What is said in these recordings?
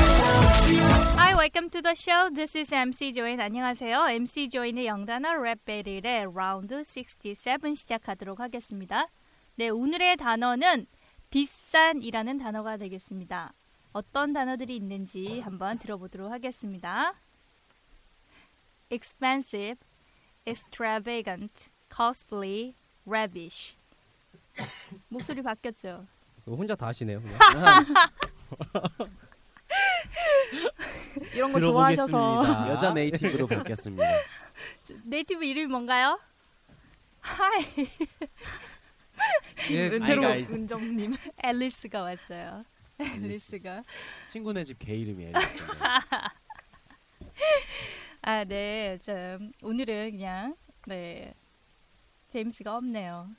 Hi, welcome to the show. This is MC Join. 안녕하세요. MC Join의 영단어 랩 배틀의 라운드 67 시작하도록 하겠습니다. 네, 오늘의 단어는 비싼이라는 단어가 되겠습니다. 어떤 단어들이 있는지 한번 들어보도록 하겠습니다. expensive, extravagant, costly, lavish. 목소리 바뀌었죠? 그거 혼자 다 하시네요. 그냥. 이런 거 좋아하셔서 여자 네이티브로 바뀌었습니다. 네이티브 이름이 뭔가요? Hi, 예, 은퇴로 아이가 이제 은정님 앨리스가 왔어요. 앨리스가. 친구네 집 개 이름이에요. 아, 네. 참, 오늘은 그냥 네. 제임스가 없네요.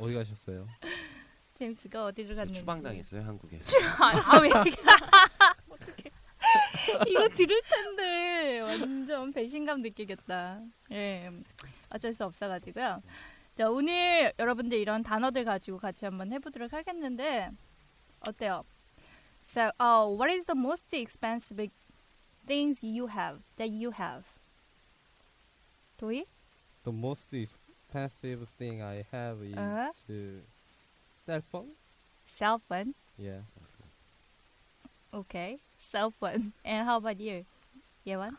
어디 가셨어요? 제임스가 어디로 갔는지. 추방당했어요 한국에서. 아, 아, 왜? 이렇게- 어떡해. 이거 들을 텐데 완전 배신감 느끼겠다. 예, 어쩔 수 없어가지고요. 자, 오늘 여러분들 이런 단어들 가지고 같이 한번 해보도록 하겠는데 어때요? So, uh, what is the most expensive things you have that you have? 도희? The most expensive thing I have is Uh-huh. cell phone. Cell phone. Yeah. Okay, cell phone. And how about you, Yeon?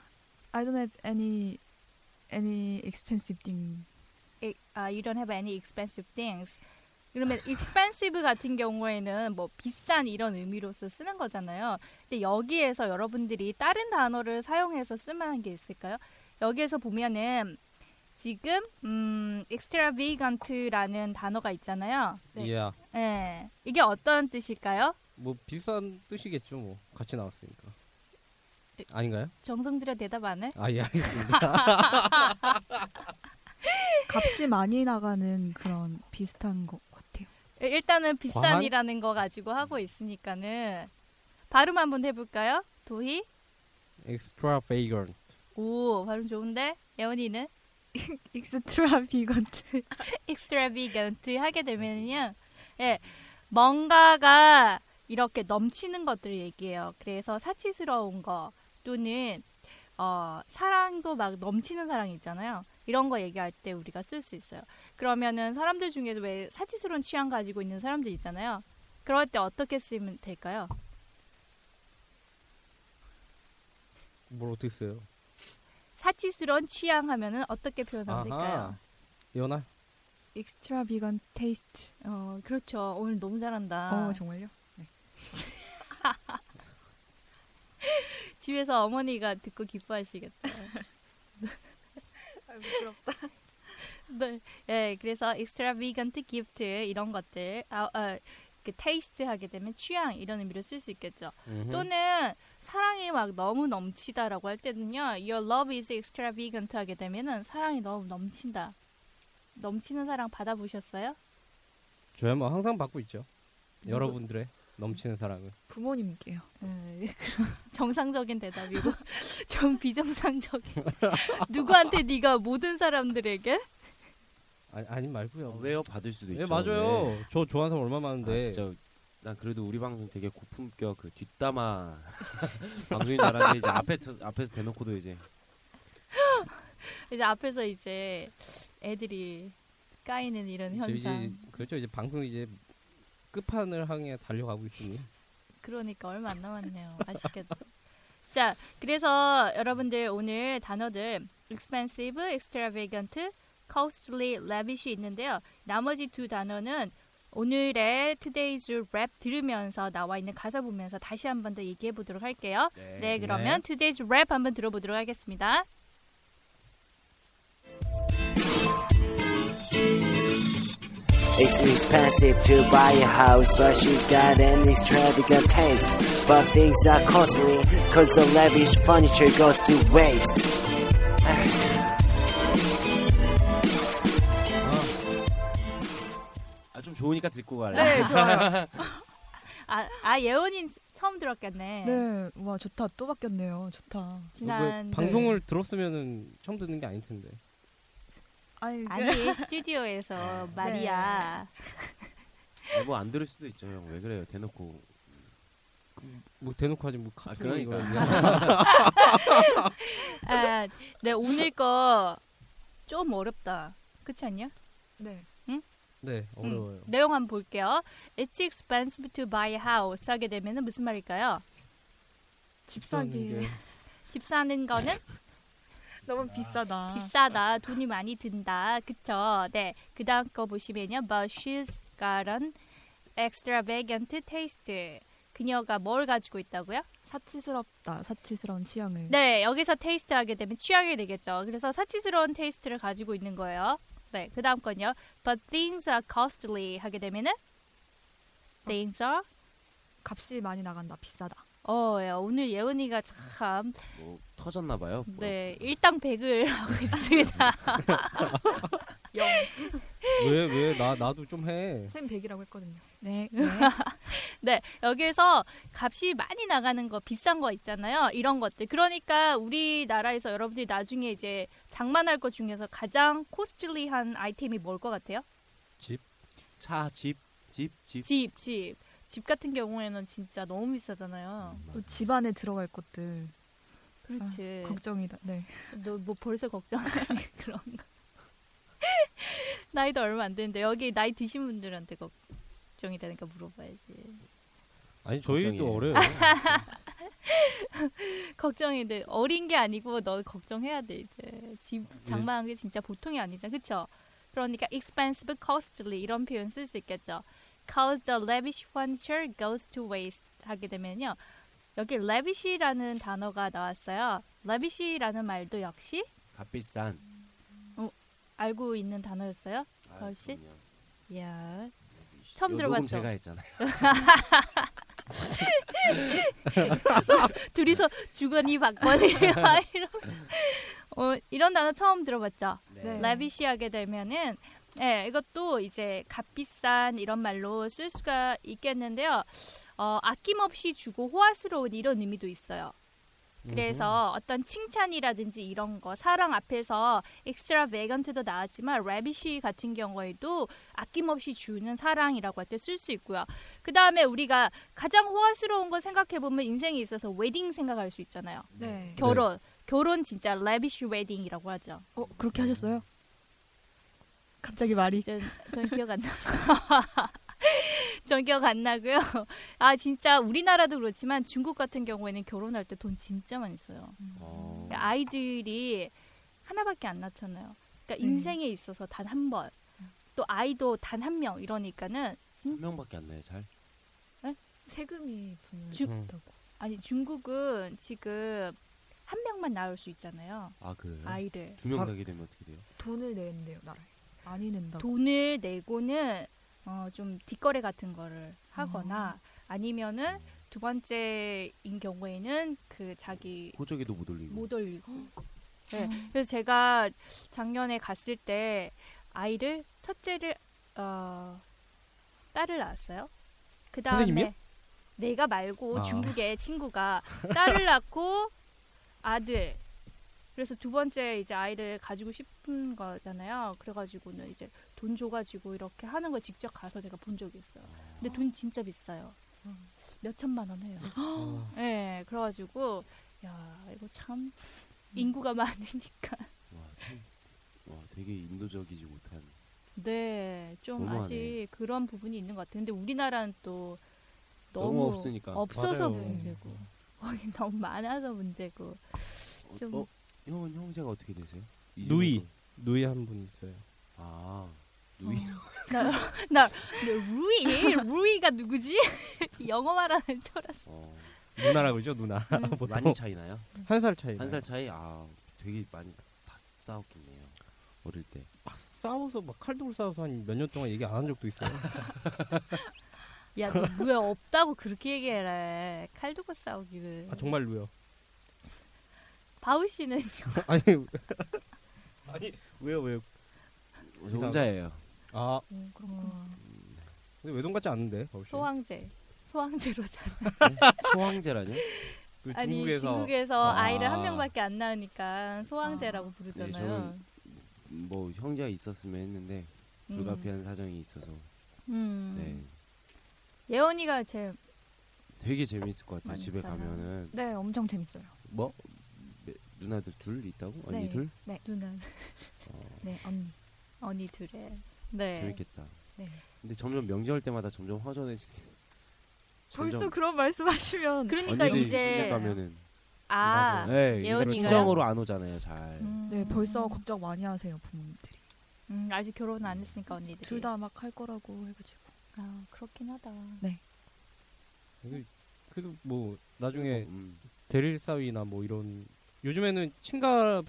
I don't have any any expensive thing. It, uh, you don't have any expensive things. 그러면 expensive 같은 경우에는 뭐 비싼 이런 의미로서 쓰는 거잖아요. 근데 여기에서 여러분들이 다른 단어를 사용해서 쓸만한 게 있을까요? 여기에서 보면은 지금 음, extravagant라는 단어가 있잖아요. Yeah. 네. 이게 어떤 뜻일까요? 뭐 비싼 뜻이겠죠. 뭐 같이 나왔으니까. 아닌가요? 정성 들여 대답 안 해? 아 예 알겠습니다. 값이 많이 나가는 그런 비슷한 것 같아요. 일단은 비싼이라는 거 가지고 하고 있으니까는 발음 한번 해볼까요? 도희? Extravagant. 오 발음 좋은데 예원이는 익스트라 비건트. extravagant 하게 되면요, 예 뭔가가 이렇게 넘치는 것들 을 얘기해요. 그래서 사치스러운 거 또는 어 사랑도 막 넘치는 사랑 있잖아요. 이런 거 얘기할 때 우리가 쓸 수 있어요. 그러면은 사람들 중에도 왜 사치스러운 취향 가지고 있는 사람들 있잖아요. 그럴 때 어떻게 쓰면 될까요? 뭘 어떻게 써요? 사치스러운 취향 하면은 어떻게 표현하면 될까요? 연아. 익스트라 비건 테이스트. 어, 그렇죠. 오늘 너무 잘한다. 어 정말요? 집에서 어머니가 듣고 기뻐하시겠다. 네, 예, 그래서 extravagant gift 이런 것들, 아, 아, 그 테이스트 하게 되면 취향 이런 의미로 쓸 수 있겠죠. 음. 음. 또는 사랑이 막 너무 넘치다라고 할 때는요, your love is extravagant 하게 되면은 사랑이 너무 넘친다. 넘치는 사랑 받아보셨어요? 저야 뭐 항상 받고 있죠. 누구- 여러분들의 넘치는 사랑을. 부모님께요. 음, 정상적인 대답이고 좀 비정상적인 누구한테 네가 모든 사람들에게 아니 아니 말고요. 외어 받을 수도 있죠. 예 맞아요. 네. 네. 저 좋아하는 사람 얼마 아, 많은데. 진짜 난 그래도 우리 방송 되게 고품격 그 뒷담화 방송인 줄 알았는데 이제 앞에 터- 앞에서 대놓고도 이제 이제 앞에서 이제 애들이 까이는 이런 저 현상 이제 그렇죠. 이제 방송 이제 끝판을 향해 달려가고 있으니. 그러니까 얼마 안 남았네요 아쉽게도 자, 그래서 여러분들 오늘 단어들 expensive, extravagant, costly, lavish 있는데요. 나머지 두 단어는 오늘의 today's rap 들으면서 나와 있는 가사 보면서 다시 한 번 더 얘기해 보도록 할게요. 네, 그러면 today's rap 한번 들어보도록 하겠습니다. It's expensive to buy a house, but she's got an extravagant taste. But things are costly, cause the lavish furniture goes to waste. 아, 좀 좋으니까 듣고 갈래. 네, 좋아요. 아, 아 예원이 처음 들었겠네. 뭐, 네, 와 좋다. 또 바뀌었네요. 좋다. 지난 네. 방송을 들었으면은 처음 듣는 게 아닐 텐데. 아니, 아니 스튜디오에서 마리아 뭐안 들을 수도 있죠, 형. 왜 그래요? 대놓고. 뭐 대놓고 하지 뭐 아, 카톡 그러니까. 아, 네 오늘 거 좀 어렵다. 그렇지 않냐? 네. 네 음, 어려워요. 내용 한번 볼게요. It's expensive to buy a house 하게 되면은 무슨 말일까요? 집 사기. 집 사는 거는 너무 아, 비싸다. 비싸다, 돈이 많이 든다, 그쵸? 네, 그 다음 거 보시면요, but she's got an extravagant taste. 그녀가 뭘 가지고 있다고요? 사치스럽다. 사치스러운 취향을. 네, 여기서 테이스트 하게 되면 취향이 되겠죠. 그래서 사치스러운 테이스트를 가지고 있는 거예요. 네, 그 다음 건요. But things are costly 하게 되면은 things are 값이 많이 나간다. 비싸다. 어, 야, 오늘 예은이가 참 뭐 터졌나 봐요. 뭐 네, 일당백을 하고 있습니다. 왜왜 나 나도 좀 해. 쌤 100이라고 했거든요. 네. 네, 여기에서 값이 많이 나가는 거 비싼 거 있잖아요. 이런 것들. 그러니까 우리나라에서 여러분들이 나중에 이제 장만할 것 중에서 가장 코스틀리한 아이템이 뭘 것 같아요? 차, 집, 집, 집. 집, 집. 집 같은 경우에는 진짜 너무 비싸잖아요. 또 집안에 들어갈 것들 그렇지. 걱정이다. 네. 너 뭐 벌써 걱정하니 그런 거. 나이도 얼마 안 되는데 여기 나이 드신 분들한테 걱정이 되니까 물어봐야지. 아니 저희도 걱정이에요. 어려요. 걱정이 돼. 어린 게 아니고 너 걱정해야 돼 이제. 집 예. 장만한 게 진짜 보통이 아니잖아. 그쵸? 그러니까 expensive, costly 이런 표현 쓸 수 있겠죠. Cause the lavish furniture goes to waste 하게 되면요. 여기 lavish라는 단어가 나왔어요. lavish라는 말도 역시 값비싼. 알고 있는 단어였어요. 아, 값이? 그럼요. 야 처음 요 녹음 들어봤죠? 제가 했잖아요. 둘이서 네. 주거니 받거니 이런 어, 이런 단어 처음 들어봤죠. 네. 라비시하게 되면은 예, 이것도 이제 값비싼 이런 말로 쓸 수가 있겠는데요. 어, 아낌없이 주고 호화스러운 이런 의미도 있어요. 그래서 어떤 칭찬이라든지 이런 거 사랑 앞에서 엑스트라 베건트도 나왔지만 라비시 같은 경우에도 아낌없이 주는 사랑이라고 할 때 쓸 수 있고요. 그 다음에 우리가 가장 호화스러운 거 생각해 보면 인생에 있어서 웨딩 생각할 수 있잖아요. 네. 결혼 결혼 진짜 라비시 웨딩이라고 하죠. 어 그렇게 하셨어요? 갑자기 말이. 전, 전 기억 안 나. 전 기억 안 나고요. 아 진짜 우리나라도 그렇지만 중국 같은 경우에는 결혼할 때 돈 진짜 많이 써요. 어. 그러니까 아이들이 하나밖에 안 낳잖아요. 그러니까 음. 인생에 있어서 단 한 번. 또 아이도 단 한 명 이러니까는 한 명밖에 안 나요, 잘. 세금이 음. 붙는 주- 다고 아니 중국은 지금 한 명만 낳을 수 있잖아요. 아, 그래요? 아이를 두명 하- 나게 되면 어떻게 돼요? 돈을 내는데요, 나라에. 많이 낸다고. 돈을 내고는 어, 좀 뒷거래 같은 거를 아. 하거나 아니면은 두 번째인 경우에는 그 자기 호적에도 못 올리고. 못 올리고. 네. 그래서 제가 작년에 갔을 때 아이를 첫째를 어, 딸을 낳았어요. 그 선생님이요? 다음에 내가 말고 아. 중국의 친구가 딸을 낳고 아들. 그래서 두 번째 이제 아이를 가지고 싶은 거잖아요. 그래가지고는 이제 돈 줘가지고 이렇게 하는 걸 직접 가서 제가 본 적이 있어요. 근데 돈 진짜 비싸요. 몇 천만 원 해요. 아, 예, 네, 그래가지고 야 이거 참 인구가 많으니까 와, 참, 와, 되게 인도적이지 못한. 네, 좀 너무하네. 아직 그런 부분이 있는 것 같아요. 근데 우리나라는 또 너무 너무 없으니까. 없어서 맞아요. 문제고. 거기 너무 많아서 문제고 어, 좀- 어, 형은 형제가 어떻게 되세요? 누이. 이름은? 누이 한 분 있어요. 아 누이. 나 루이 루이가 누구지? 영어 말하는 철학. 어, 누나라고 그러죠 누나. 음. 보통 많이 차이나요? 한 살 차이. 한 살 차이? 아 되게 많이 다 싸웠겠네요. 어릴 때. 싸워서 막 칼도로 싸워서 한 몇 년 동안 얘기 안 한 적도 있어요. 음. 야너 왜 없다고 그렇게 얘기해라. 칼 두고 싸우기를. 아 정말로요. 바우 씨는 아니 아니 왜요 왜요? 저 혼자예요. 아 음, 그렇구나. 근데 외동 같지 않은데 거기. 소황제. 소황제로 잘. 소황제라뇨? 그 아니 중국에서 중국에서 아. 아. 이를한 명밖에 안 낳으니까 소황제라고 네, 부르잖아요. 저는 뭐 형제가 있었으면 했는데 음. 불가피한 사정이 있어서. 음. 네. 예원이가 제 되게 재밌을 것 같아요. 많이 집에 있잖아. 가면은 네, 엄청 재밌어요. 뭐 네, 누나들 둘 있다고? 언니 네. 둘? 누나 어, 네, 언니. 언니 둘에. 네. 재밌겠다. 네. 근데 점점 명절 때마다 점점 허전해질 때. 점점 그런 말씀하시면. 그러니까 언니들이 이제 시집 가면은 아 네, 이게 예원이가요? 친정으로 안 오잖아요, 잘. 음. 네, 벌써 걱정 많이 하세요 부모님들이. 음, 아직 결혼 안 했으니까 언니들이 둘 다 막 할 거라고 해가지고. 아, 그렇긴 하다. 그래도- 그래도 뭐 나중에 음. 대릴 사위나 뭐 이런 요즘에는 친가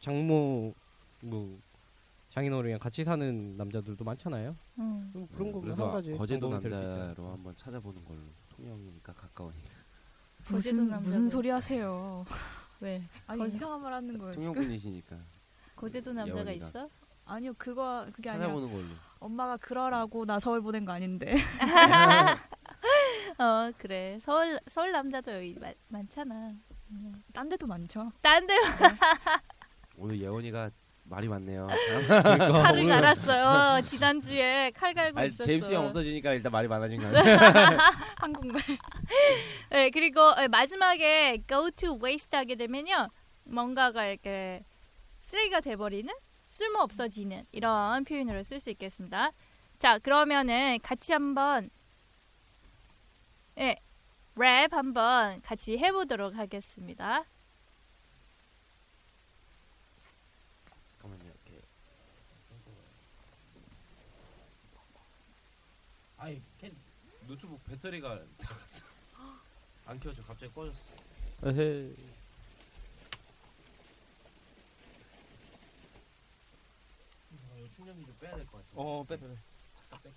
장모 뭐 장인어른이랑 같이 사는 남자들도 많잖아요. 음. 그럼 그런 네, 거 그래서 한 가지 거제도 방법이 될수 있지 남자로 않을까. 한번 찾아보는 걸로. 통영이니까 가까우니까. 거제도 무슨 남자들. 무슨 소리 하세요? 왜? 아니 거의- 이상한 말 하는 거예요 지금. 통영분이시니까 거제도 남자가 예원이가. 있어? 아니요 그거 그게 아니라 찾아보는 걸로. 엄마가 그러라고 나 서울 보낸 거 아닌데. 어, 그래. 서울 서울 남자도 여기 마, 많잖아. 딴 데도 많죠. 딴 데 오늘 예원이가 말이 많네요. 칼을 갈았어요. 지난주에 칼 갈고 아, 있었어. 제임스 형 없어지니까 일단 말이 많아진 거 아니에요? 한국말. 네, 그리고 예, 마지막에 go to waste 하게 되면요. 뭔가가 이렇게 쓰레기가 돼버리는 쓸모 없어지는 이런 표현으로 쓸 수 있겠습니다. 자, 그러면은 같이 한번 예, 랩 한번 같이 해보도록 하겠습니다. 잠깐만요. 이렇게. 아이, 캔 노트북 배터리가 나갔어. 안 켜져. 갑자기 꺼졌어. 에헤이. 이거 충전기 좀 빼야 될 것 같아. 어, 빼, 빼, 빼. 잠깐 뺄게.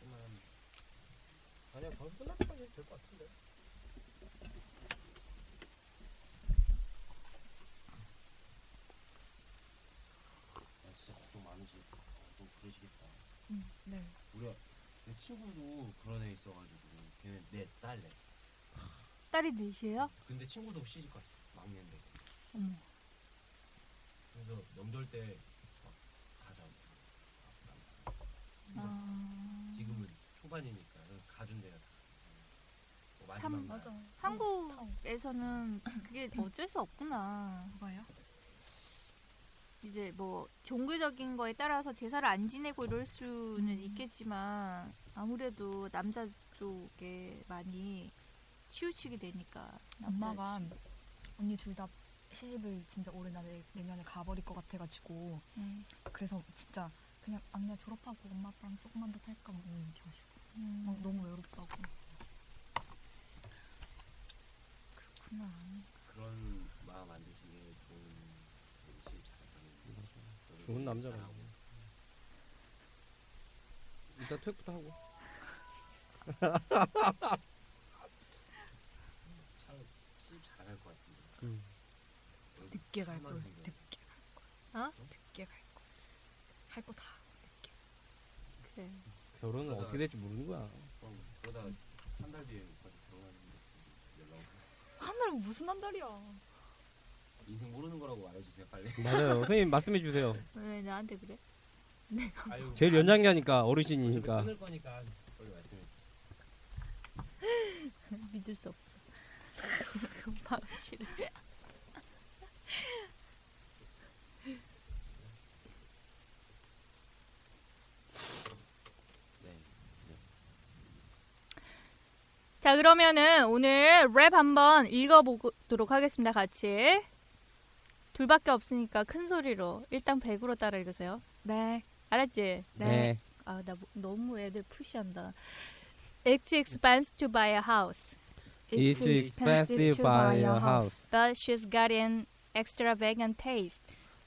잠깐만. 아니야, 방금 끝날 때까지 해도 될것 같은데. 아, 진짜 걱정 많으시겠다. 걱정 그러시겠다. 네. 우리 내 친구도 그런 애 있어가지고 걔는 내 딸래. 딸이 넷이에요? 근데 친구도 시집 갔어 막내인데. 어머. 그래서 명절 때막 가자. 어, 지금은 초반이니까 가준대요. 뭐 마지막 참, 날. 한국에서는 그게 어쩔 수 없구나. 뭐가요? 이제 뭐 종교적인 거에 따라서 제사를 안 지내고 이럴 수는 음. 있겠지만 아무래도 남자 쪽에 많이 치우치게 되니까 남자 엄마가 언니 둘 다 시집을 진짜 올해 나 내- 내년에 가버릴 것 같아가지고 음, 그래서 진짜 그냥 아 그냥 졸업하고 엄마 아빠랑 조금만 더 살까 뭐 이런 얘기 하시고 음, 막 너무 외롭다고 그렇구나. 그런 마음 안 드시게 좋은 음식 잘하는 좋은 남자가. 일단 퇴부터 하고. 실 잘할 것 같은데. 늦게 갈 걸, 음. 늦게 갈 걸, 어? 늦게 갈 걸, 할 거 다 늦게. 그래. 결혼은 그러다가- 어떻게 될지 모르는 거야. 그럼 그러다 한 달 뒤에 오빠도 결혼하는데 연락 오고 하늘은 무슨 한 달이야? 인생 모르는 거라고 말해주세요 빨리. 맞아요. 선생님 말씀해 주세요. 왜 나한테 그래? 아유, 제일 안- 연장자니까 어차피 어르신이니까. 끊을 거니까 빨리 말씀해. 믿을 수 없어. 그 금방 싫어. 네. 자 자 그러면은 오늘 랩 한번 읽어보도록 하겠습니다. 같이 둘밖에 없으니까 큰 소리로 일단 100으로 따라 읽으세요. 네. 알았지? 네. 아 나 너무 애들 푸시한다. It's expensive to buy a house, It's expensive to buy a house, but she's got an extravagant taste.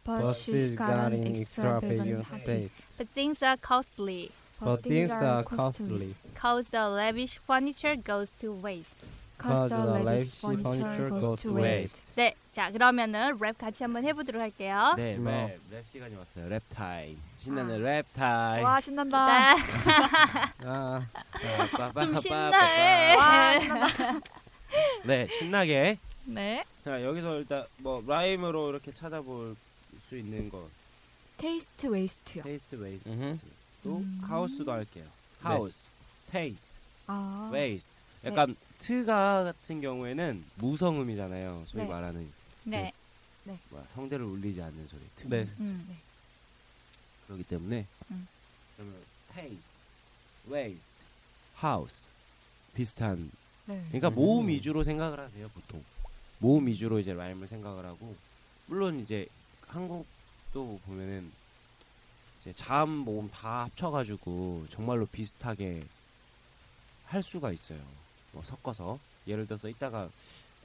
but she's got an extravagant taste. But things are costly, But things are costly, cause the lavish furniture goes to waste. cause the lavish furniture goes to waste. 네, 자 그러면은 랩 같이 한번 해보도록 할게요. 네, 랩, 랩 시간이 왔어요. 랩 타임. 아. 신나는 랩 타임. 와 신난다. 네. 자, 아, 좀 신나해. 네, 신나게. 네. 자, 여기서 일단 뭐 라임으로 이렇게 찾아볼 수 있는 거. 테이스트 웨이스트요. 테이스트 웨이스트. 음흠. 또 음. 하우스도 할게요. 네. 하우스, 테이스트, 아. 웨이스트. 약간 트가 같은 경우에는 무성음이잖아요. 소위 네. 말하는 네. 뭐야, 성대를 울리지 않는 소리. 트. 네. 음. 그렇기 때문에 음. 그러면 테이스트, 웨이스트, 하우스 비슷한 네. 그러니까 음. 모음 위주로 생각을 하세요 보통 모음 위주로 이제 라임을 생각을 하고 물론 이제 한국도 보면은 이제 자음 모음 다 합쳐가지고 정말로 비슷하게 할 수가 있어요 뭐 섞어서 예를 들어서 이따가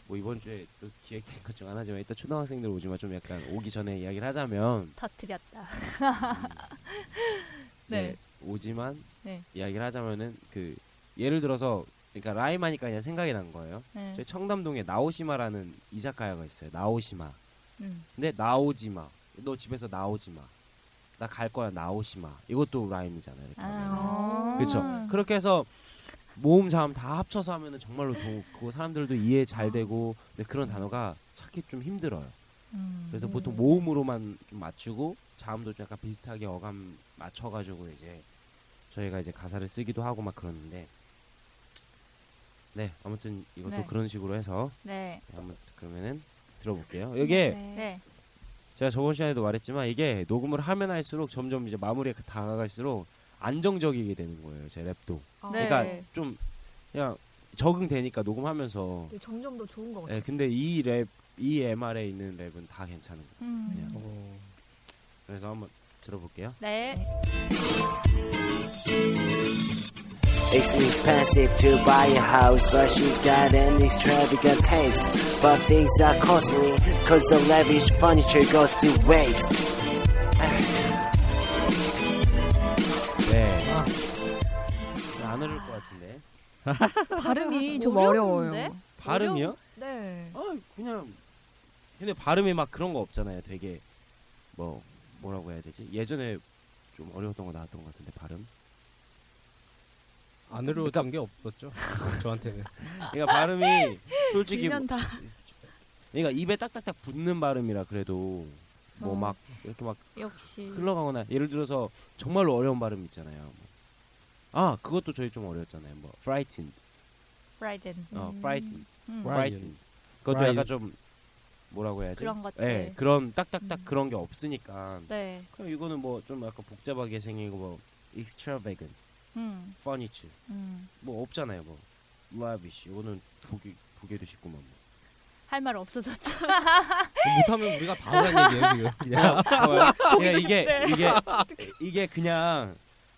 뭐 이번 주에 또 기획된 것 중 하나지만 이따 초등학생들 오지만 좀 약간 오기 전에 이야기를 하자면 터트렸다. 네. 네. 오지만 네. 이야기를 하자면은 그 예를 들어서 그러니까 라임하니까 그냥 생각이 난 거예요. 네. 저희 청담동에 나오시마라는 이자카야가 있어요. 나오시마. 음. 근데 나오지마. 너 집에서 나오지마. 나 갈 거야 나오시마. 이것도 라임이잖아요. 이렇게 하면은. 아. 그렇죠. 그렇게 해서 모음 자음 다 합쳐서 하면은 정말로 좋고 사람들도 이해 잘 되고 근데 그런 단어가 찾기 좀 힘들어요. 음. 그래서 보통 모음으로만 좀 맞추고 자음도 좀 약간 비슷하게 어감 맞춰가지고 이제 저희가 이제 가사를 쓰기도 하고 막 그러는데 네 아무튼 이것도 네. 그런 식으로 해서 네. 아무 그러면은 들어볼게요. 이게 네. 제가 저번 시간에도 말했지만 이게 녹음을 하면 할수록 점점 이제 마무리에 다가갈수록 안정적이게 되는 거예요. 제 랩도 아, 네. 그러니까 좀 그냥 적응되니까 녹음하면서 네, 점점 더 좋은 것 같아요. 네, 근데 이 랩 이 MR에 있는 랩은 다 괜찮은 거예요. 음. 어, 그래서 한번 들어볼게요. 네. It seems passive to buy a house, but she's got an extravagant taste. But things are costly, cause the lavish furniture goes to waste. 네. 안 어려울 것 같은데. 발음이 좀 어려운데? 어려워요. 발음이요? 네. 아 그냥. 근데 발음에 막 그런 거 없잖아요. 되게 뭐 뭐라고 해야 되지? 예전에 좀 어려웠던 거 나왔던 것 같은데 발음. 안으로 담게 없었죠. 저한테는. 그러니까 발음이 솔직히 뭐, 길면 다 그러니까 입에 딱딱딱 붙는 발음이라 그래도 뭐 어. 막 이렇게 막 역시. 흘러가거나 예를 들어서 정말로 어려운 발음 있잖아요. 뭐. 아 그것도 저희 좀 어려웠잖아요. 뭐 frightened, 브라이든. 어 음. frightened, 음. 브라- frightened. 그것도 Bright. 약간 좀 뭐라고 해야지? 그런 것들. 예, 그런 딱딱딱 음. 그런 게 없으니까. 네. 그럼 이거는 뭐 좀 약간 복잡하게 생긴 거뭐 extravagant, 음. furniture 음. 뭐 없잖아요 뭐 lavish 이거는 보기 보기도 쉽구만. 뭐. 할 말 없어졌죠. 못하면 우리가 바보란 얘기예요 지금. 그냥. 봐봐요. 그냥 이게 이게 이게 그냥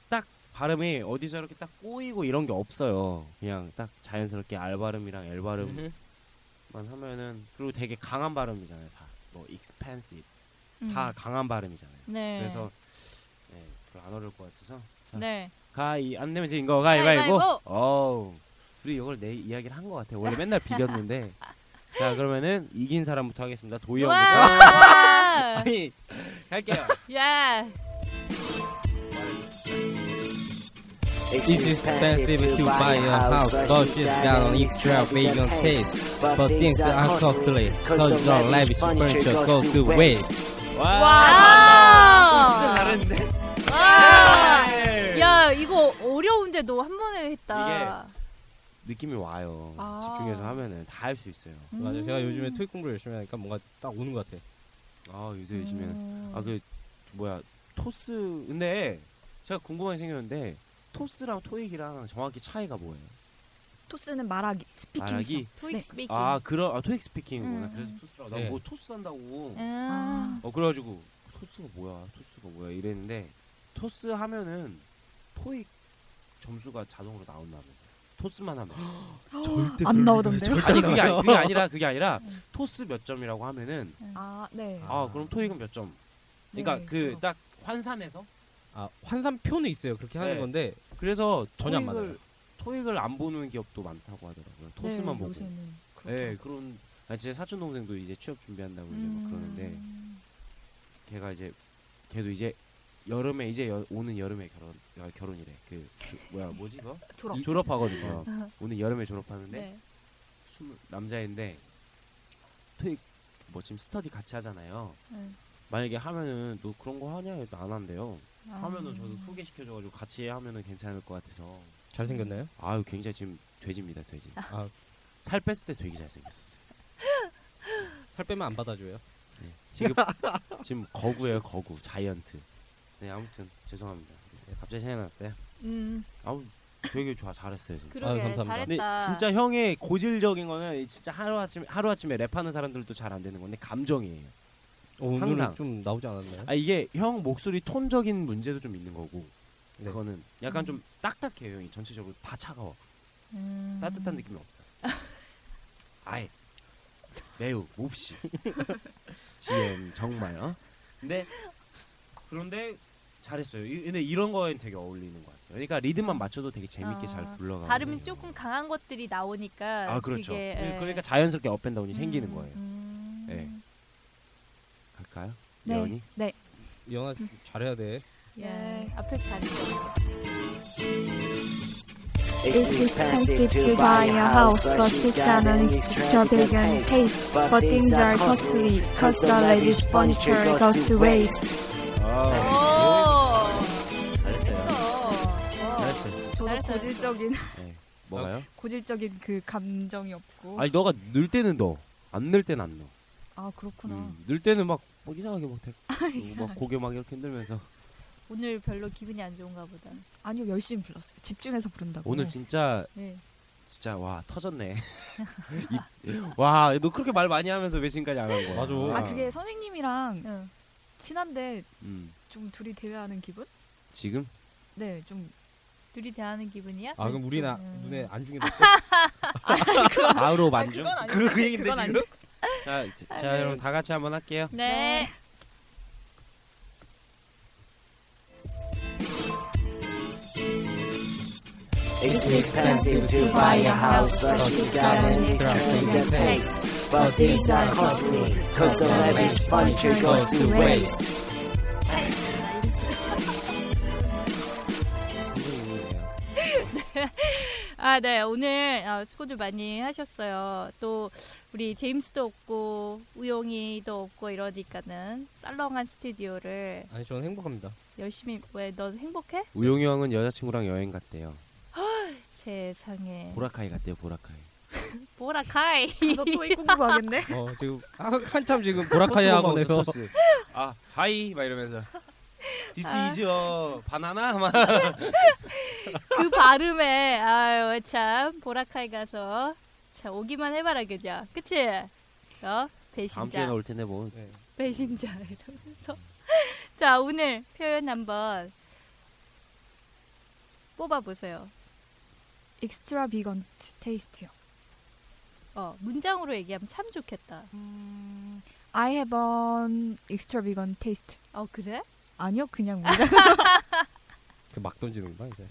딱 발음이 어디서 이렇게 딱 꼬이고 이런 게 없어요. 그냥 딱 자연스럽게 R 발음이랑 L 발음만 하면은 그리고 되게 강한 발음이잖아요 다. 뭐 expensive 음. 다 강한 발음이잖아요. 네. 그래서 네, 별로 안 어려울 것 같아서 네. 가이 안 내면 진거 가위바위보. 가위바위보. 어우 우리 이걸 내 이야기를 한 것 같아. 원래 맨날 비겼는데. 자 그러면은 이긴 사람부터 하겠습니다. 도희 형부터. 와. 아니 갈게요. 야. It It's seems passive expensive to buy a house, but she's got an extravagant taste. But things are costly, cause the lavish furniture goes to waste. 아, 와. 아, 잘했네. 와. 아. 야, 이거 어려운데 너 한 번에 했다. 음. 느낌이 와요. 아. 집중해서 하면은 다 할 수 있어요. 음. 맞아요. 제가 요즘에 토익 공부를 열심히 하니까 뭔가 딱 오는 것 같아. 아 요새 요즘에는 음. 아 그 뭐야 토스 근데 제가 궁금한 게 생겼는데 토스랑 토익이랑 정확히 차이가 뭐예요? 토스는 말하기, 스피킹. 말하기 토익 스피킹. 아 그런 아 토익 음. 스피킹이구나 음. 그래서 토스라고 네. 나뭐 토스 한다고 아. 어 그래가지고 토스가 뭐야 토스가 뭐야 이랬는데 토스 하면은 토익 점수가 자동으로 나온다면 토스만 하면 절대 안 나오던데요? 아니 그게, 아니, 그게 아니라 그게 아니라 토스 몇 점이라고 하면은 아, 네. 음. 아 그럼 토익은 몇 점? 그러니까 네, 그 그렇구나. 딱 환산해서 아 환산표는 있어요. 그렇게 하는 네. 건데 그래서 전혀 안 토익을- 맞아요. 토익을 안 보는 기업도 많다고 하더라고요. 토스만 네, 보고. 요새는 그렇다. 네 그런 아, 제 사촌 동생도 이제 취업 준비한다고 음. 이제 막뭐 그러는데 걔가 이제 걔도 이제 여름에 이제 여- 오는 여름에 결혼 아, 결혼이래. 그 주- 뭐야 뭐지 그거? 졸업. 졸업하거든요. 오늘 여름에 졸업하는데 네. 스물- 남자인데 토익 뭐 지금 스터디 같이 하잖아요. 네. 만약에 하면은 너 그런 거 하냐 해도 안 한대요. 아. 하면은 저도 소개시켜줘가지고 같이 하면은 괜찮을 것 같아서. 잘생겼나요? 아유 굉장히 지금 돼지입니다 돼지. 아. 살 뺐을 때 되게 잘생겼었어요. 살 빼면 안 받아줘요. 네, 지금 지금 거구예요 거구 자이언트. 네 아무튼 죄송합니다. 네, 갑자기 생각났어요. 음. 아무 되게 좋아 잘했어요 진짜. 그러게 감사합니다. 근데 잘했다. 진짜 형의 고질적인 거는 진짜 하루 아침 하루 아침에 랩하는 사람들도 잘 안 되는 건데 감정이에요. 어, 오늘 항상. 좀 나오지 않았나요? 아 이게 형 목소리 톤적인 문제도 좀 있는 거고 네. 그거는 약간 좀 딱딱해요 형이 전체적으로 다 차가워 음. 따뜻한 느낌이 없어요. 아예 매우 몹시 GM 정말 어? 근데 그런데 잘했어요. 이- 근데 이런 거엔 되게 어울리는 것 같아요. 그러니까 리듬만 맞춰도 되게 아, 재밌게 잘 굴러가고 발음이 조금 강한 것들이 나오니까. 네. 아 그렇죠. 되게, 그- 예. 그러니까 자연스럽게 업앤다운이 생기는 음, 거예요. 음. 네. 갈까요? 네. 예언이? 네. 영아 잘해야 돼. 예. 앞에 잘해. It's expensive to buy a house, but she's got an extravagant taste. But things are costly, cause the lavish furniture goes to waste. 아, 오. 잘했어요. 잘했어. 잘했어요. 저도 잘했어요. 고질적인 뭐가요? 고질적인 그 감정이 없고. 아니 너가 넣을 때는 넣어. 안 넣을 때는 안 넣어. 아 그렇구나. 음, 넣을 때는 막, 막 이상하게 막, 대, 막 고개 막 이렇게 흔들면서 오늘 별로 기분이 안 좋은가 보다. 아니요 열심히 불렀어요. 집중해서 부른다고. 오늘 진짜 네. 진짜 와 터졌네. 와 너 그렇게 말 많이 하면서 왜 지금까지 안 한 거야? 맞아. 아 그게 선생님이랑 응. 친한데 음, 좀 둘이 대화하는 기분? 지금 네, 좀 둘이 대하는 기분이야? 아 그럼 우리 나 음. 눈에 안중에 넣 아우로 만중. 아닌데, 그 얘긴데 그건 지금? 자, 자, 아, 자 네. 여러분 다 같이 한번 할게요. 네. It's expensive to buy a house, but she's got an extravagant taste. But things are costly, cause the lavish furniture goes to waste. 감정이네요. 아, 네. 오늘 아, 수고들 많이 하셨어요. 또 우리 제임스도 없고 우영이도 없고 이러니까는 썰렁한 스튜디오를 아니 저는 행복합니다. 열심히 왜 넌 행복해? 우용이 형은 여자친구랑 여행 갔대요. 세상에. 보라카이 갔대요. 보라카이. 보라 카이. 가서 토익 공부하겠네. 어 지금 아, 한참 지금 보라카이 학원에서 토스. 아 하이 막 이러면서 디스 아. 이즈 어 바나나 막 그 발음에 아유 참 보라카이 가서 자 오기만 해봐라 그죠? 그치? 어? 다음 주에 배신자 나올 텐데 뭐 네. 배신자 이러면서 자 오늘 표현 한번 뽑아보세요 엑스트라 비건 테이스트요. 어 문장으로 얘기하면 참 좋겠다 음, I have an extra vegan taste. 어 그래? 아니요, 그냥 우리가 그 막 던지는구나 이제.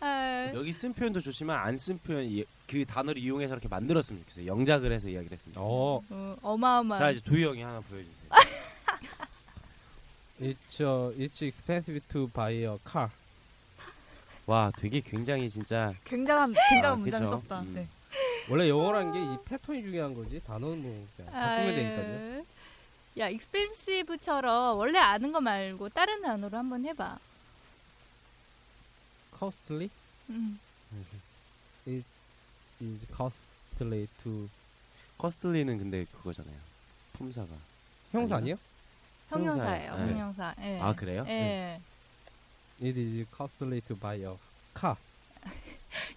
아, 여기 쓴 표현도 좋지만 안 쓴 표현 이- 그 단어를 이용해서 이렇게 만들었으면 좋겠어요. 영작을 해서 이야기를 했습니다. 어 어, 어마어마한 자 이제 도희 형이 하나 보여주세요. it's uh, it's expensive to buy a car. 와 되게 굉장히 진짜 굉장한 아, 굉장한 문장 그죠. 썼다. 음. 네. 원래 영어라는 게 이 패턴이 중요한 거지 단어는 뭐 그냥 아, 예. 바꾸면 되니까요. 아유. 야 익스펜시브처럼 원래 아는 거 말고 다른 단어로 한번 해봐 costly 음. is costly to 커스틀리는 근데 그거잖아요. 품사가 형사 아니요? 아니에요? 형용사예요 형용사예요. 네. 형용사 예. 아 그래요? 예. It is costly to buy a car.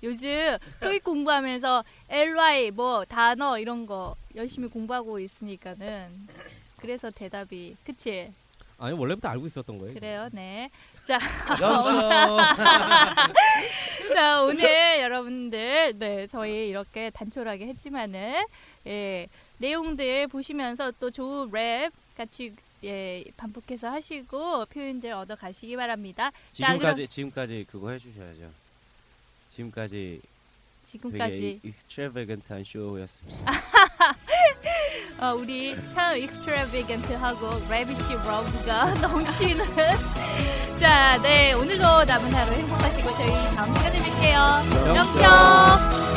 요즘 토익 공부하면서 ly 뭐 단어 이런 거 열심히 공부하고 있으니까는 그래서 대답이 그치 아니 원래부터 알고 있었던 거예요. 그래요 네자 연습. 자, 오늘 여러분들 네 저희 이렇게 단촐하게 했지만은 예 내용들 보시면서 또 좋은 랩 같이 예 반복해서 하시고 표현들 얻어 가시기 바랍니다. 지금까지 지금까지 그거 해주셔야죠. 지금까지 되게 지금까지 익스트라베간트한 쇼였습니다. 어, 우리 참 익스트라비겐트하고 래비시 러브가 넘치는 자, 네 오늘도 남은 하루 행복하시고 저희 다음 시간에 뵐게요. 영평. 영평.